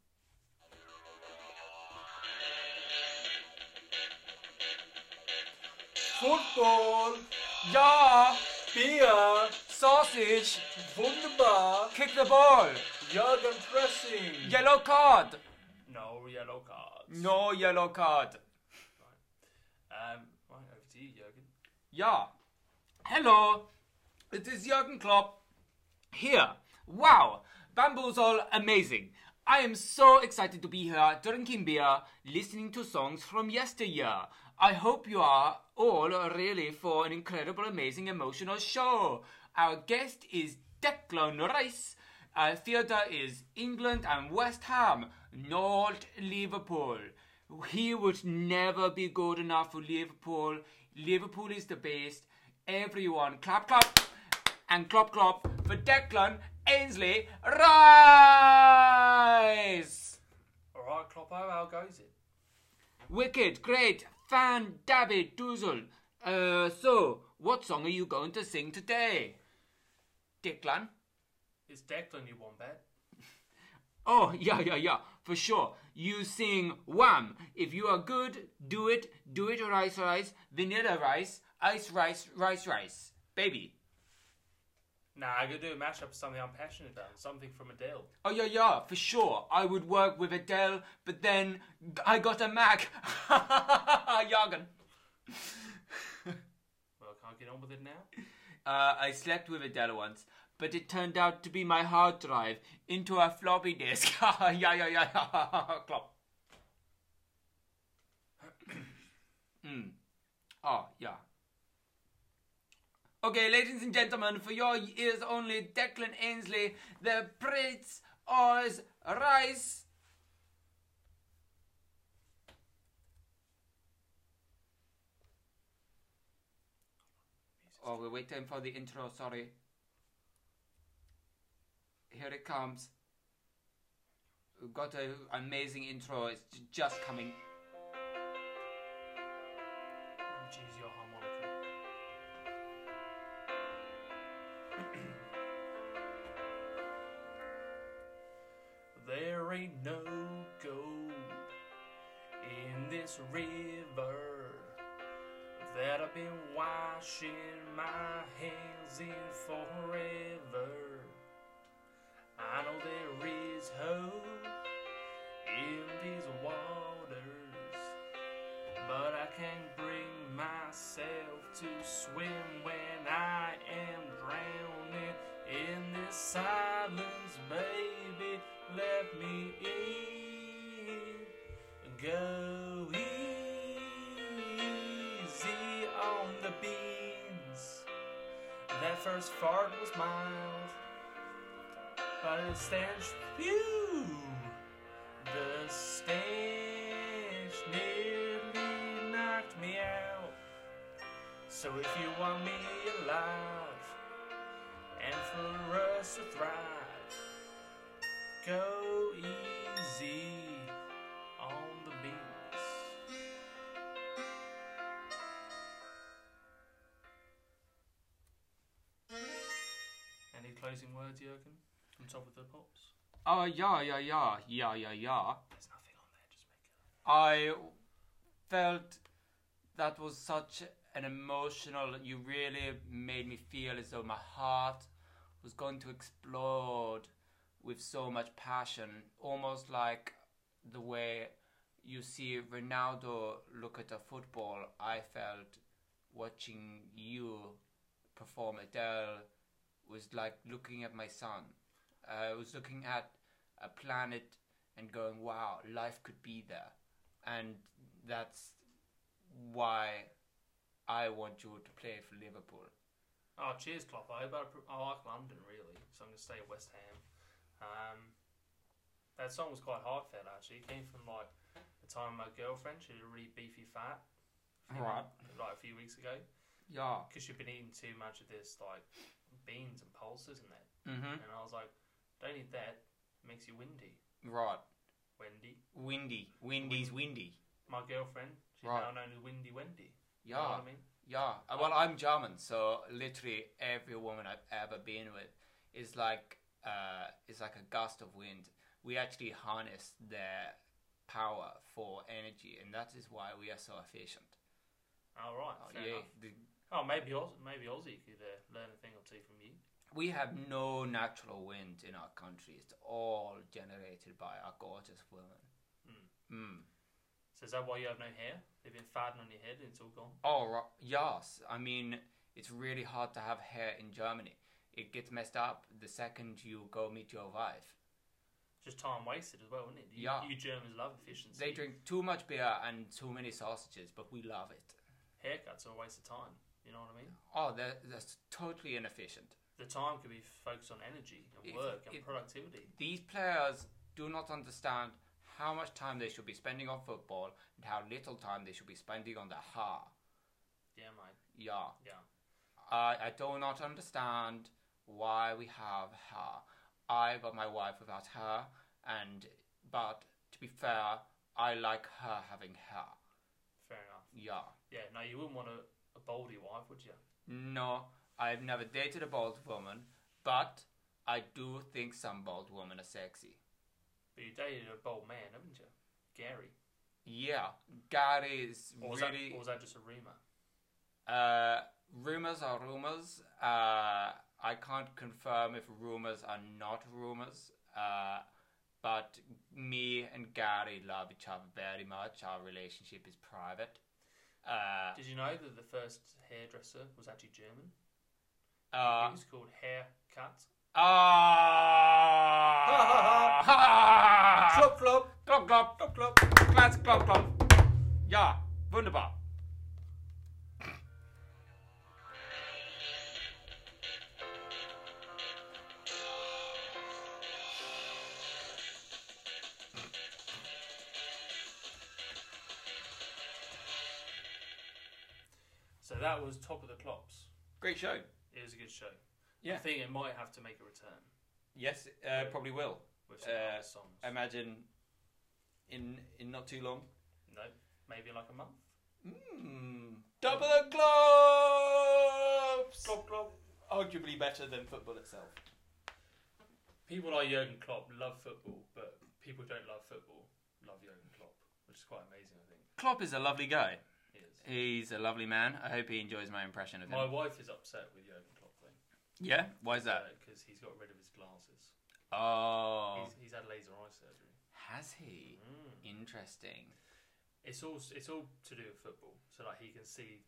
Football,
Ja,
beer,
sausage.
wunderbar,
Kick the ball.
Jurgen pressing.
Yellow card.
No yellow cards.
No yellow card.
Um, right, over to you, Jürgen.
Ja. Hello, it is Jürgen Klopp here. Wow, bamboozle amazing. I am so excited to be here drinking beer, listening to songs from yesteryear. I hope you are all really for an incredible, amazing, emotional show. Our guest is Declan Rice. Our theatre is England and West Ham, not Liverpool. He would never be good enough for Liverpool. Liverpool is the best. Everyone, clap, clap and clop clop for Declan Ainsley Rice.
All right, Kloppo, how goes it?
Wicked, great, fan, dabby, doozle. Uh, so, what song are you going to sing today? Declan?
It's Declan, you one bet.
Oh, yeah, yeah, yeah, for sure. You sing wham. If you are good, do it, do it, rice, rice, vanilla rice, ice rice, rice, rice. Baby.
Nah, I could do a mashup of something I'm passionate about, something from Adele.
Oh yeah, yeah, for sure. I would work with Adele, but then I got a Mac. Jargon.
Well, I can't get on with it now.
Uh, I slept with Adele once, but it turned out to be my hard drive into a floppy disk. yeah, yeah, yeah. Clop. mm. Oh yeah. Okay, ladies and gentlemen, for your ears only, Declan Ainsley, the Prince Oz Rice. Oh, we're waiting for the intro, sorry. Here it comes. We've got an amazing intro, it's j- just coming.
Let me choose your harmonica. there ain't no gold in this river that I've been washing my hands in forever. I know there is hope in these waters. But I can't bring myself to swim when I am drowning in this silence, baby. Let me in. Go easy on the beans. That first fart was mild, but it stands phew. The Go easy on the beans. Any closing words, Jurgen? From top of the pops?
Oh, yeah, yeah, yeah, yeah, yeah, yeah.
There's nothing on there, just make it
I
up.
felt that was such an emotional. You really made me feel as though my heart was going to explode with so much passion, almost like the way you see Ronaldo look at a football. I felt watching you perform Adele was like looking at my son. Uh, I was looking at a planet and going, wow, life could be there. And that's why I want you to play for Liverpool.
Oh, cheers, Klopp. I hope I, pro- I like London, really, so I'm going to stay at West Ham. Um, that song was quite heartfelt, actually. It came from, like, the time of my girlfriend. She was really beefy fat. a few-
Right.
Like, a few weeks ago.
Yeah.
Because she'd been eating too much of this, like, beans and pulses and that.
Mm-hmm.
And I was like, don't eat that. It makes you windy.
Right.
Wendy.
Windy. Windy's windy.
My girlfriend, she's
Right.
now known as Windy Wendy. You know
Yeah.
what I mean?
Yeah. Uh, Well, I'm German, so literally every woman I've ever been with is like uh, is like a gust of wind. We actually harness their power for energy, and that is why we are so efficient.
All right.
Oh,
fair
yeah.
enough.
The-
Oh, maybe Aussie, maybe Aussie could uh, learn a thing or two from you.
We have no natural wind in our country. It's all generated by our gorgeous women. Mm.
So is that why you have no hair? They've been fadding on your head and it's all gone.
Oh, ro- yes. I mean, it's really hard to have hair in Germany. It gets messed up the second you go meet your wife.
Just time wasted as well, isn't it? You,
Yeah.
you Germans love efficiency.
They drink too much beer and too many sausages, but we love it.
Haircuts are a waste of time. You know what I mean?
Oh, that- that's totally inefficient.
The time could be focused on energy and
If-
work and
if-
productivity.
These players do not understand how much time they should be spending on football and how little time they should be spending on their hair.
Yeah, mate.
Yeah.
Yeah.
I, I do not understand why we have her. I got my wife without her, and but to be fair, I like her having her.
Fair enough.
Yeah.
Yeah. No, you wouldn't want a, a baldy wife, would you?
No, I've never dated a bald woman, but I do think some bald women are sexy.
But you dated a bald man, haven't you? Gary.
Yeah, Gary is
Or was,
really.
that, or was that just a rumor?
Uh, rumors are rumors. Uh, I can't confirm if rumors are not rumors. Uh, but me and Gary love each other very much. Our relationship is private. Uh,
Did you know that the first hairdresser was actually German?
uh,
it was called Haircut.
ah!
Clop, clop.
Klop, klop, klop, klop. Klaas, klop, klop. Ja, wunderbar.
So that was Top of the Clops.
Great show.
It was a good show. I
Yeah.
think it might have to make a return
Yes, uh, probably will.
with some
Uh,
other songs.
I imagine in in not too long.
no, maybe like a month.
Mm, double the globes.
Klopp, Klopp.
Arguably better than football itself.
People like Jurgen Klopp love football, but people who don't love football love Jurgen Klopp, which is quite amazing, I think.
Klopp is a lovely guy.
It is.
He's a lovely man. I hope he enjoys my impression of him.
My wife is upset with Jurgen Klopp, though,
yeah, why is that?
because he's got rid of his glasses.
Oh,
He's, he's had laser eye surgery. Mm.
has he? Interesting.
It's all it's all to do with football. So like he can see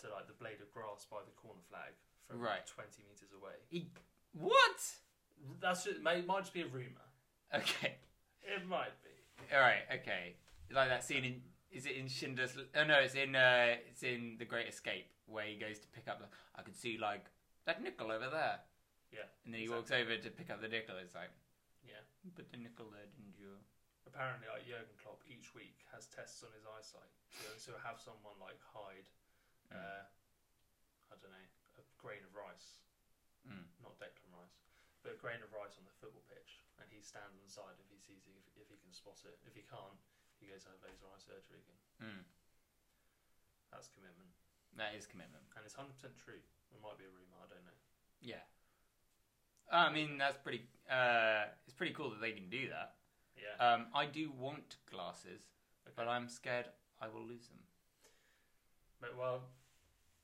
to like the blade of grass by the corner flag from
Right.
twenty meters away.
He what?
That's just, may, might just be a rumor.
Okay,
It might be.
all right, okay. Like that scene in is it in Schindler's? L- Oh no, it's in uh, it's in The Great Escape where he goes to pick up. The, I can see like that nickel over there,
Yeah.
and then he
exactly.
walks over to pick up the nickel. It's like
Yeah.
But the nickel there didn't you?
Apparently, like Jurgen Klopp, each week has tests on his eyesight. So, so have someone like hide,
Hmm.
uh, I don't know, a grain of rice,
Mm.
not Declan Rice, but a grain of rice on the football pitch, and he stands on the side if he sees it, if, if he can spot it. If he can't, he goes and have laser eye surgery again.
Mm.
That's commitment,
That is commitment.
and it's hundred percent true. It might be a rumor, I don't know.
Yeah. I mean, that's pretty. Uh, it's pretty cool that they can do that.
Yeah,
Um, I do want glasses, but I'm scared I will lose them.
but well,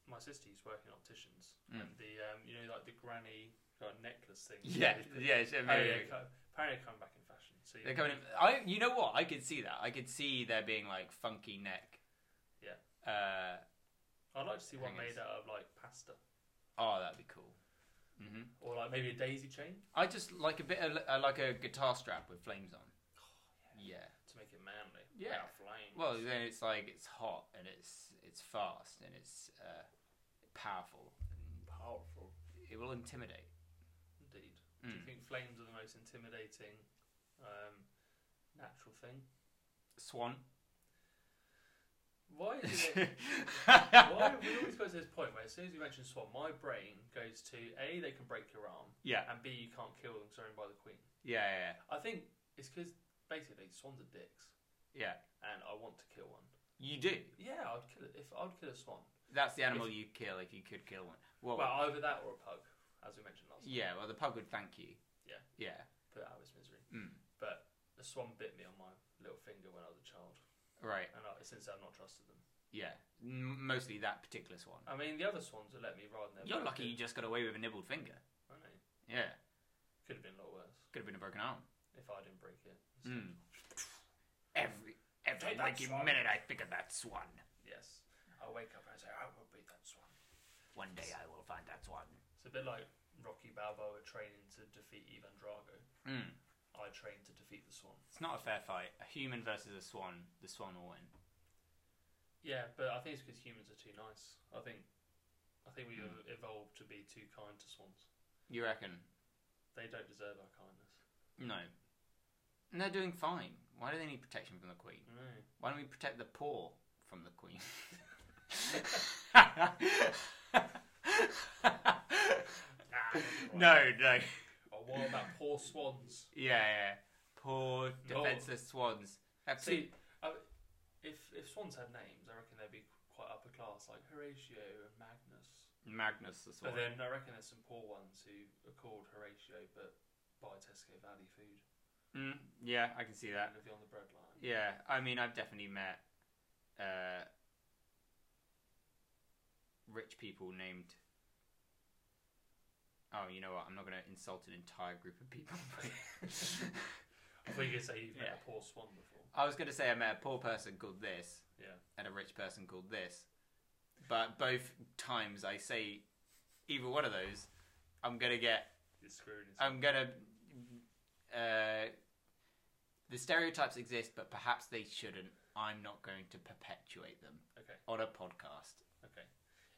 my sister used to work in opticians,
Mm.
and the um, you know like the granny kind of necklace thing.
Yeah, yeah, it's a
Apparently,
very.
they're co- apparently they're coming back in fashion. So
They're coming in. I, you know what? I could see that. I could see there being like funky neck.
Yeah.
Uh,
I'd like to see one
Thing is-
made out of like pasta
oh, that'd be cool. hmm
or like maybe a daisy chain
I just like a bit of uh, like a guitar strap with flames on. yeah.
to make it manly.
Yeah.
Out of flames.
Well, then it's like it's hot and it's it's fast and it's uh, powerful.
powerful
It will intimidate.
indeed. Do you
Mm.
think flames are the most intimidating um, natural thing?
Swan.
Why is it? Why
yeah.
we always go to this point where as soon as you mention Swan, my brain goes to A, they can break your arm,
Yeah,
and B, you can't kill them because they're owned by the Queen.
yeah,
I think it's because basically swans are dicks,
yeah. Yeah.
and I want to kill one.
You do.
Yeah, I'd kill it if I'd kill a swan.
That's the animal you kill if you could kill one. Well,
Well, either that or a pug, as we mentioned last.
Oh. yeah, well, the pug would thank you.
Yeah.
Yeah.
Put it out of its misery.
Mm.
But a swan bit me on my little finger when I was a child,
Right.
and I, since I've not trusted them.
Yeah. M- mostly that particular swan.
I mean, the other swans would let me ride in their.
You're
back.
lucky you just got away with a nibbled finger.
I know.
Yeah.
Could have been a lot worse
Could have been a broken arm.
if I didn't break it.
Mm. Every every
Take that
waking
swan.
minute I think of that swan.
Yes. I wake up and I say, I will beat that swan.
One day I will find that swan.
It's a bit like Rocky Balboa training to defeat Ivan Drago.
Mm.
I trained to defeat the swan.
It's not a fair fight. A human versus a swan. The swan will win.
Yeah, but I think it's because humans are too nice. I think, I think we
Hmm.
evolved to be too kind to swans.
You reckon?
They don't deserve our kindness.
No. And they're doing fine. Why do they need protection from the Queen?
No.
Why don't we protect the poor from the Queen? no, no.
Or what about poor swans?
Yeah, yeah. Poor
No.
defenseless swans. Absolutely.
Oh. See, I, if if swans had names, I reckon they'd be quite upper class, like Horatio and Magnus.
Magnus the swan.
But then I reckon there's some poor ones who are called Horatio but buy Tesco Valley food
Mm, yeah, I can see that.
and live on the breadline.
Yeah, I mean, I've definitely met uh, rich people named. Oh, you know what? I'm not going to insult an entire group of people.
I thought you could say you've met
Yeah.
a poor swan before.
I was going to say I met a poor person called this
Yeah.
and a rich person called this, but both times I say either one of those, I'm going to get.
It's screwed. It's
I'm going to. Uh, the stereotypes exist, but perhaps they shouldn't. I'm not going to perpetuate them
okay,
on a podcast.
okay.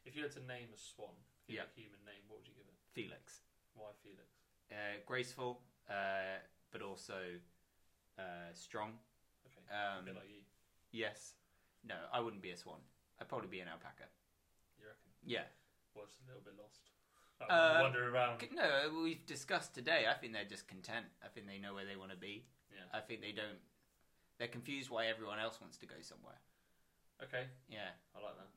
If you had to name a swan, give
Yeah.
it a human name, what would you give it?
Felix.
Why Felix?
Uh, graceful, uh, but also uh, strong.
Okay. a
Um,
bit like you,
yes. No, I wouldn't be a swan. I'd probably be an alpaca.
you reckon?
Yeah.
Well, it's a little bit lost. Like,
Uh,
wander around.
C- No, we've discussed today. I think they're just content. I think they know where they want to be.
Yeah.
I think they don't. They're confused why everyone else wants to go somewhere.
Okay,
Yeah.
I like that.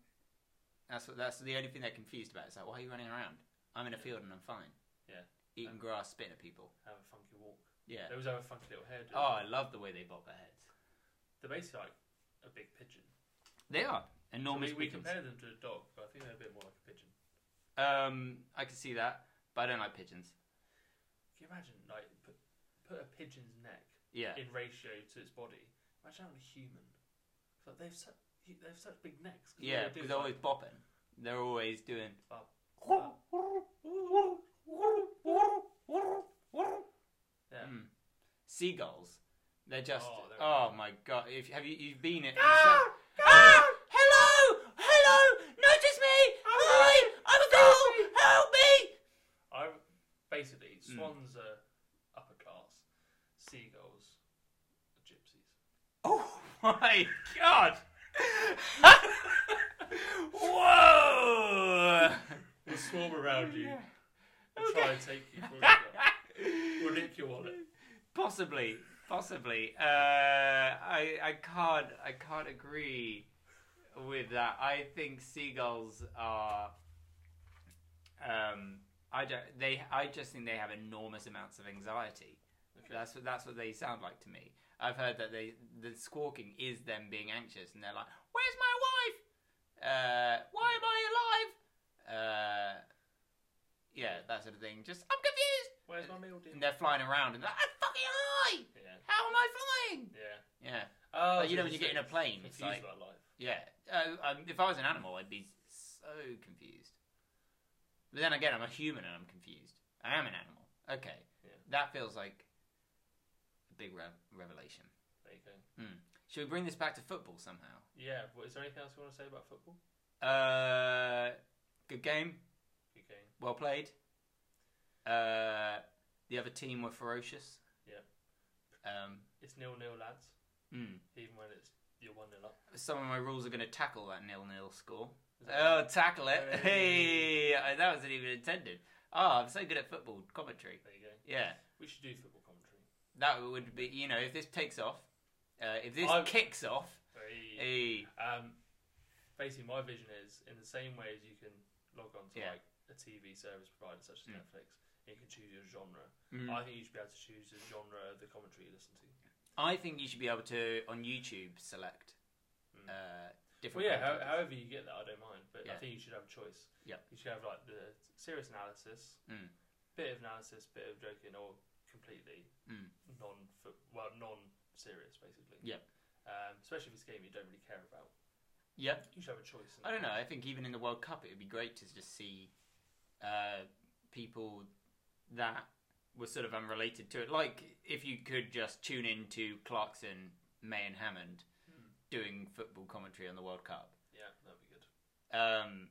That's what. That's the only thing they're confused about. It's like, why are you running around? I'm in a field and I'm fine.
Yeah.
Eating grass, spitting at people.
Have a funky walk.
Yeah.
They always have a funky little hairdo.
Oh, I love the way they bob their heads.
They're basically like a big pigeon.
They are
So
enormous.
we, we
pigeons.
compare them to a dog, but I think they're a bit more like a pigeon.
Um, I can see that, but I don't like pigeons.
Can you imagine, like, put, put a pigeon's neck
Yeah,
in ratio to its body? Imagine having a human. It's Like, they've such, they've such big necks. 'cause all
yeah,
they do
because
is,
they're
like,
always bopping. They're always doing.
Bop, Yeah.
Mm. Seagulls. They're just.
Oh,
Oh,
they're-
my god! If have you you've "Ah, been it?
Ah! Hello! Hello! Notice me! Hi! I'm a girl! Help me!
I basically
Mm.
swans are upper class, seagulls are gypsies.
Oh my god!
Oh
Whoa!
Will swarm around you
Yeah.
and try and take you for a walk, or nick your wallet.
Possibly, possibly. Uh, I I can't I can't agree with that. I think seagulls are. Um, I don't. They. I just think they have enormous amounts of anxiety. That's what that's what they sound like to me. I've heard that they the squawking is them being anxious, and they're like, "Where's my wife? Uh, why am I alive?" Uh, yeah, that sort of thing. Just I'm confused.
Where's my meal deal?
And they're flying around and they're like, I'm fucking high!
Yeah.
How am I flying?
Yeah.
Yeah.
Oh,
Like, you
so
know when you
just
get in a plane,
confused
it's like-
about life.
Yeah. Uh, um, if I was an animal, I'd be so confused. But then again, I'm a human and I'm confused. I am an animal. Okay.
Yeah.
That feels like a big re- revelation.
There you go.
Should we bring this back to football somehow?
Yeah. Well, is there anything else you want to say about football?
Uh, good game.
Okay.
Well played. Uh, the other team were ferocious.
Yeah.
Um,
It's nil nil, lads.
mm.
Even when it's you're one nil up.
Some of my rules are going to tackle that nil-nil score.
Is that-
Oh, tackle it.
Hey.
Hey, I- that wasn't even intended. Oh, I'm so good at football commentary.
There you go.
Yeah,
We should do football commentary.
that would be, you know, if this takes off, uh, if this
I-
kicks off, hey,
Hey. Um, basically, my vision is in the same way as you can log on to
Yeah.
like a TV service provider such as
Mm.
Netflix, you can choose your genre.
mm.
I think you should be able to choose the genre of the commentary you listen to.
I think you should be able to, on YouTube, select
Mm.
uh,
Well,
different.
yeah, how,
commentators.
however you get that, I don't mind, but I
Yeah.
think you should have a choice.
Yeah.
You should have like the serious analysis,
Mm.
bit of analysis, bit of joking, or completely
Mm.
non well non serious basically.
Yeah.
Um, especially if it's a game you don't really care about,
Yeah,
you should have a choice. in
I don't know.
that.
I think even in the World Cup, it would be great to just see uh, people that were sort of unrelated to it. Like if you could just tune in to Clarkson, May, and Hammond
Hmm.
doing football commentary on the World Cup,
Yeah, that'd be good.
um,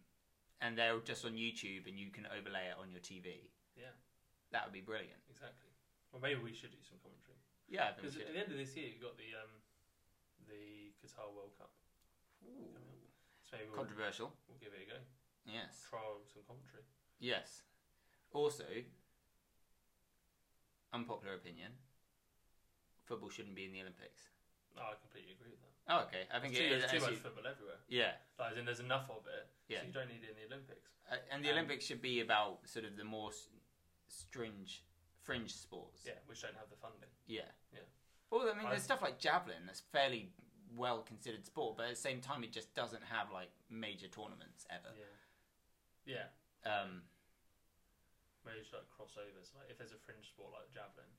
and they're just on YouTube, and you can overlay it on your TV.
Yeah.
that would be brilliant.
Exactly. Well, maybe we should do some commentary
Yeah, I think we
because at
should.
the end of this year you've got the um, the Qatar World Cup.
Ooh.
So maybe we'll,
Controversial,
we'll give it a go.
yes.
Trial some commentary.
Yes. Also, unpopular opinion: football shouldn't be in the Olympics.
No, I completely agree with that.
Oh, okay. I think it
There's too,
is
there's too
actually,
much football everywhere.
yeah,
Like, as in, there's enough of it,
Yeah.
so you don't need it in the Olympics.
Uh, and the
Um,
Olympics should be about sort of the more s- stringe, fringe sports.
Yeah, which don't have the funding.
yeah.
Yeah.
Well, I mean,
I-
there's stuff like javelin that's fairly well considered sport, but at the same time, it just doesn't have like major tournaments ever.
Yeah. Yeah,
Um,
maybe it's like crossovers. Like if there's a fringe sport like javelin,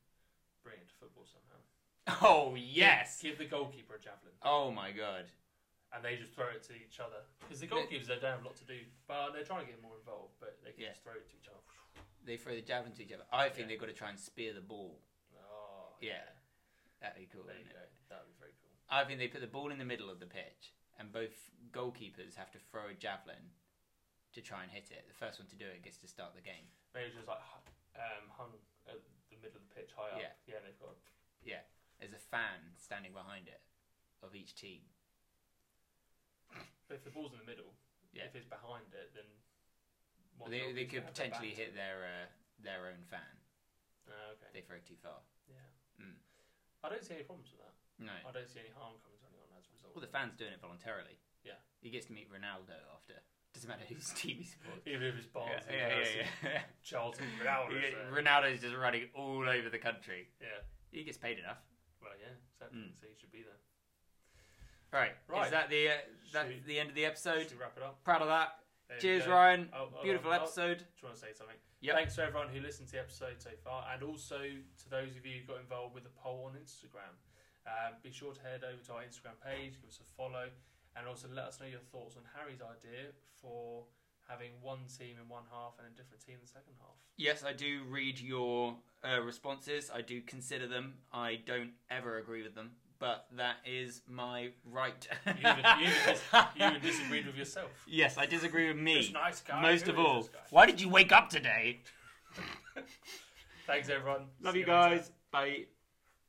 bring it to football somehow.
oh yes.
Give the goalkeeper a javelin,
Oh my god.
and they just throw it to each other because the goalkeepers they don't have a lot to do, but they're trying to get more involved. But they can
Yeah.
just throw it to each other.
They throw the javelin to each other. I think
Yeah.
they've got to try and spear the ball.
Oh,
Yeah. That'd be cool.
There
wouldn't
you
it?
go. That'd be very cool.
I think they put the ball in the middle of the pitch, and both goalkeepers have to throw a javelin to try and hit it. The first one to do it gets to start the game.
Maybe it's just like hu- um, hung at the middle of the pitch, high up.
Yeah.
yeah they've got
There's a fan standing behind it of each team.
But if the ball's in the middle,
Yeah.
if it's behind it, then one
They, they could
goalkeeper's gonna have their
potentially
back
hit
to it.
their uh, their own fan.
Ah, okay.
if They throw too far.
Yeah.
Mm.
I don't see any problems with that.
No.
I don't see any harm coming to anyone as a result.
Well, the fan's doing it voluntarily.
Yeah.
He gets to meet Ronaldo after. Doesn't matter whose team he supports.
Even if it's Barnes,
yeah, yeah, yeah. yeah.
Charlton, uh, Ronaldo.
He- Ronaldo's just running all over the country.
Yeah.
He gets paid enough.
Well, yeah, exactly.
Mm.
So you should be there.
Right.
Right.
Is that the uh, that's
Should we-
the end of the episode?
Should we wrap it up?
Proud of that.
There we
Cheers,
go.
Ryan.
Oh, oh,
Beautiful
oh, oh.
episode.
Do you want to say something?
Yep.
Thanks to everyone who listened to the episode so far, and also to those of you who got involved with the poll on Instagram. Um, be sure to head over to our Instagram page, give us a follow, and also let us know your thoughts on Harry's idea for having one team in one half and a different team in the second half.
Yes, I do read your uh, responses. I do consider them. I don't ever agree with them, but that is my right.
You even, you even, dis- you even disagreed with yourself.
yes, I disagree with
This
me.
nice guy.
Most
who
of
is
all.
this guy?
Why did you wake up today?
Thanks, everyone.
Love
See
you
later.
guys. Bye.